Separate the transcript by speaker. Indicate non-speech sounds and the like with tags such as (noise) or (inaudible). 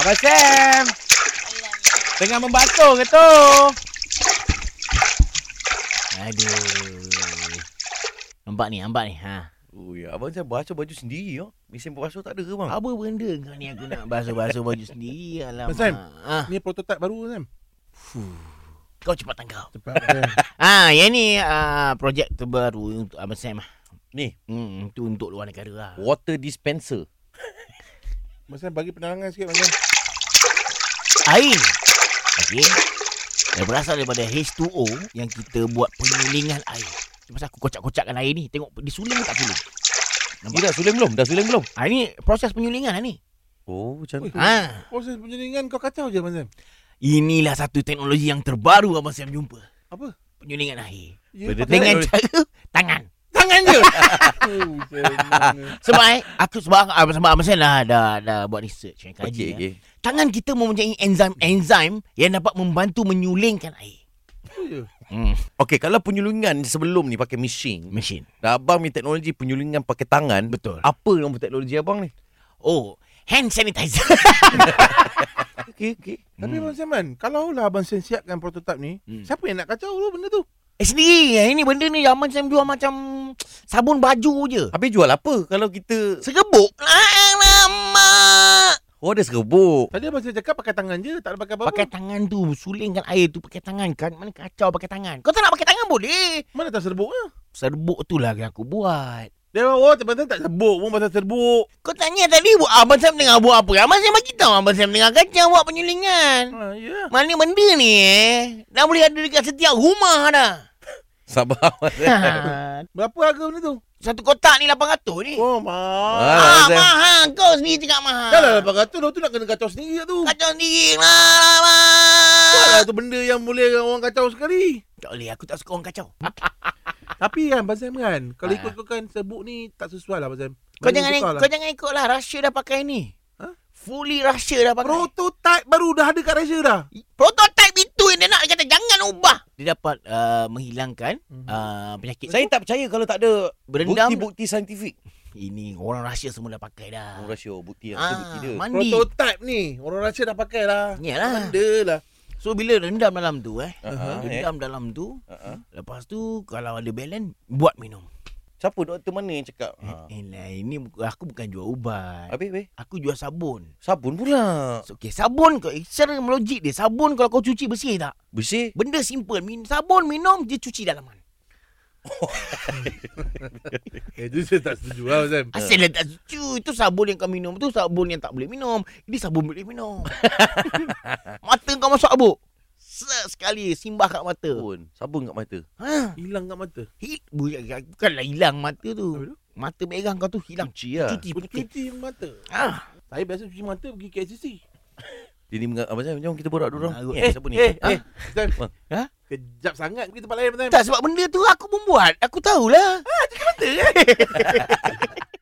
Speaker 1: Abang Sam. Tengah membasuh ke tu?
Speaker 2: Aduh. Nampak ni, nampak ni. Ha.
Speaker 3: Oh, ya. Abang Sam basuh baju sendiri. Oh. Mesin basuh tak ada ke bang?
Speaker 2: Apa benda kau ni aku nak basuh-basuh baju sendiri Alamak
Speaker 4: Sam.
Speaker 2: ha.
Speaker 4: Ni prototype baru Sam.
Speaker 2: Kau cepatan kau
Speaker 4: Cepat. Sam.
Speaker 2: Ah, yang ni ah, projek terbaru untuk Abang Sam lah.
Speaker 3: Ni.
Speaker 2: Hmm, tu untuk luar negara lah.
Speaker 3: Water dispenser.
Speaker 4: Abang Sam bagi penerangan sikit Abang Sam.
Speaker 2: Air. Okey. Dia berasal daripada H2O yang kita buat penyulingan air. Tu pasal aku kocak-kocakkan air ni. Tengok dia suling ke tak suling.
Speaker 3: Ni dah sulim belum? Dah sulim belum?
Speaker 2: Ha, ini proses penyulingan lah ni.
Speaker 3: Oh, macam
Speaker 4: Hmm.
Speaker 3: tu.
Speaker 2: Ha,
Speaker 4: Proses penyelingan kau kacau je Abang Sam.
Speaker 2: inilah satu teknologi yang terbaru Abang Sam jumpa.
Speaker 4: Apa?
Speaker 2: Penyulingan air.
Speaker 4: Ya,
Speaker 3: Benda
Speaker 4: pakai
Speaker 3: tengok.
Speaker 2: Dengan cara tangan.
Speaker 4: tangan je. oh, senang ni.
Speaker 2: Sebab eh, aku sebab abang sebab abang Sam dah, dah dah buat research yang
Speaker 3: Okey,
Speaker 2: kaji. Okay, okay.
Speaker 3: okey.
Speaker 2: Tangan kita mempunyai enzim-enzim yang dapat membantu menyulingkan air.
Speaker 4: Tu je.
Speaker 2: Hmm,
Speaker 3: Okey, kalau penyulingan sebelum ni pakai mesin.
Speaker 2: mesin.
Speaker 3: Dah abang ni teknologi penyulingan pakai tangan.
Speaker 2: Betul.
Speaker 3: Apa nama teknologi abang ni?
Speaker 2: Oh, hand sanitizer. (laughs)
Speaker 3: Okey, okey.
Speaker 4: Tapi Abang Sam kan, kalau lah Abang Sam siapkan prototype ni,
Speaker 2: Hmm.
Speaker 4: siapa yang nak kacau tu benda tu?
Speaker 2: eh, sendiri. eh. Ini benda ni zaman Sam jual macam sabun baju je.
Speaker 3: Habis jual apa kalau kita
Speaker 2: Segebuk. Lama.
Speaker 3: Oh ada serbuk
Speaker 4: Tadi Abang Sam cakap pakai tangan je, tak ada pakai apa-apa.
Speaker 2: Pakai tangan tu, sulingkan air tu pakai tangan kan. Mana kacau pakai tangan. Kau tak nak pakai tangan boleh.
Speaker 4: Mana tak serbuk lah.
Speaker 2: Serbuk tu lah yang aku buat.
Speaker 4: Dia orang oh, teman tak serbuk pun pasal serbuk.
Speaker 2: Kau tanya tadi buat Abang Sam tengah buat apa? Abang Sam bagi tahu Abang Sam tengah kacau buat penyulingan.
Speaker 4: Ha, ya.
Speaker 2: Mana benda ni eh? Dah boleh ada dekat setiap rumah dah.
Speaker 3: Sabar
Speaker 2: Ha,
Speaker 4: Berapa harga benda tu?
Speaker 2: (laughs) Satu kotak ni 800 ni.
Speaker 4: Oh, ma.
Speaker 2: Eh. Ah,
Speaker 3: Ah, Sam.
Speaker 2: mahal kau sendiri cakap mahal.
Speaker 4: Dah lah 800 dah tu nak kena kacau sendiri lah tu.
Speaker 2: Kacau sendiri lah,
Speaker 4: Buat
Speaker 2: lah.
Speaker 4: lah tu benda yang boleh orang kacau sekali.
Speaker 2: Tak boleh, aku tak suka orang kacau.
Speaker 4: Tapi kan Abang Sam kan, kalau
Speaker 2: Ha.
Speaker 4: ikut kau kan serbuk ni tak sesuai lah Abang Sam.
Speaker 2: Kau
Speaker 4: Baru
Speaker 2: jangan
Speaker 4: tukar
Speaker 2: kau jangan ikut lah. Russia dah pakai ni.
Speaker 4: Ha?
Speaker 2: Fully Russia dah pakai.
Speaker 4: Prototype baru dah ada kat Malaysia dah.
Speaker 2: Prototype itu yang dia nak dia kata jangan ubah. Dia dapat uh, menghilangkan uh, penyakit.
Speaker 3: (laughs) Saya tak percaya kalau tak ada
Speaker 2: Berendam.
Speaker 3: Bukti-bukti saintifik
Speaker 2: Ini orang Russia semua dah pakai dah.
Speaker 3: Oh rasio bukti yang
Speaker 2: Ah,
Speaker 3: bukti dia
Speaker 2: mandi.
Speaker 4: Prototype ni, orang Malaysia dah pakai lah.
Speaker 2: Yalah.
Speaker 4: Benda lah.
Speaker 2: So bila rendam dalam tu eh.
Speaker 3: Ah, eh.
Speaker 2: rendam dalam tu.
Speaker 3: Ah, ah.
Speaker 2: Lepas tu kalau ada balance buat minum.
Speaker 3: Siapa doktor mana yang cakap ha.
Speaker 2: Eh, lah, ini bu- aku bukan jual ubat.
Speaker 3: Eh. Habis weh
Speaker 2: Aku jual sabun.
Speaker 3: Sabun pula
Speaker 2: So, okay, sabun kau eh, secara logik dia sabun kalau kau cuci bersih tak?
Speaker 3: Bersih
Speaker 2: Benda simple. Min, sabun minum dia cuci dalaman.
Speaker 4: Eh, tu saya tak setuju lah Abang Sam.
Speaker 3: Ya.
Speaker 2: Asal dia tak cuci Itu sabun yang kau minum tu sabun yang tak boleh minum. Ini sabun boleh
Speaker 3: (laughs)
Speaker 2: minum. mata kau masuk abuk. Set sekali simbah kat mata.
Speaker 3: Sabun Sabun kat mata
Speaker 2: Ha,
Speaker 4: Hilang kat mata.
Speaker 2: hit bukanlah hilang mata
Speaker 4: Habis
Speaker 2: tu.
Speaker 4: tu?
Speaker 2: Mata merah kau tu hilang.
Speaker 3: Cuci lah
Speaker 2: Cuci putih.
Speaker 4: Cuci mata.
Speaker 2: Ah.
Speaker 4: Saya biasa cuci mata pergi KCC.
Speaker 3: Jadi abang Sam jom kita borak dulu orang.
Speaker 2: Marut.
Speaker 3: Ni, siapa ni?
Speaker 4: eh,
Speaker 3: Ah,
Speaker 4: eh. Sam.
Speaker 2: Ha?
Speaker 4: Kejap sangat pergi tempat lain Abang Sam.
Speaker 2: Tak sebab benda tu aku pun buat. Aku tahulah. Ha, cakap mata eh.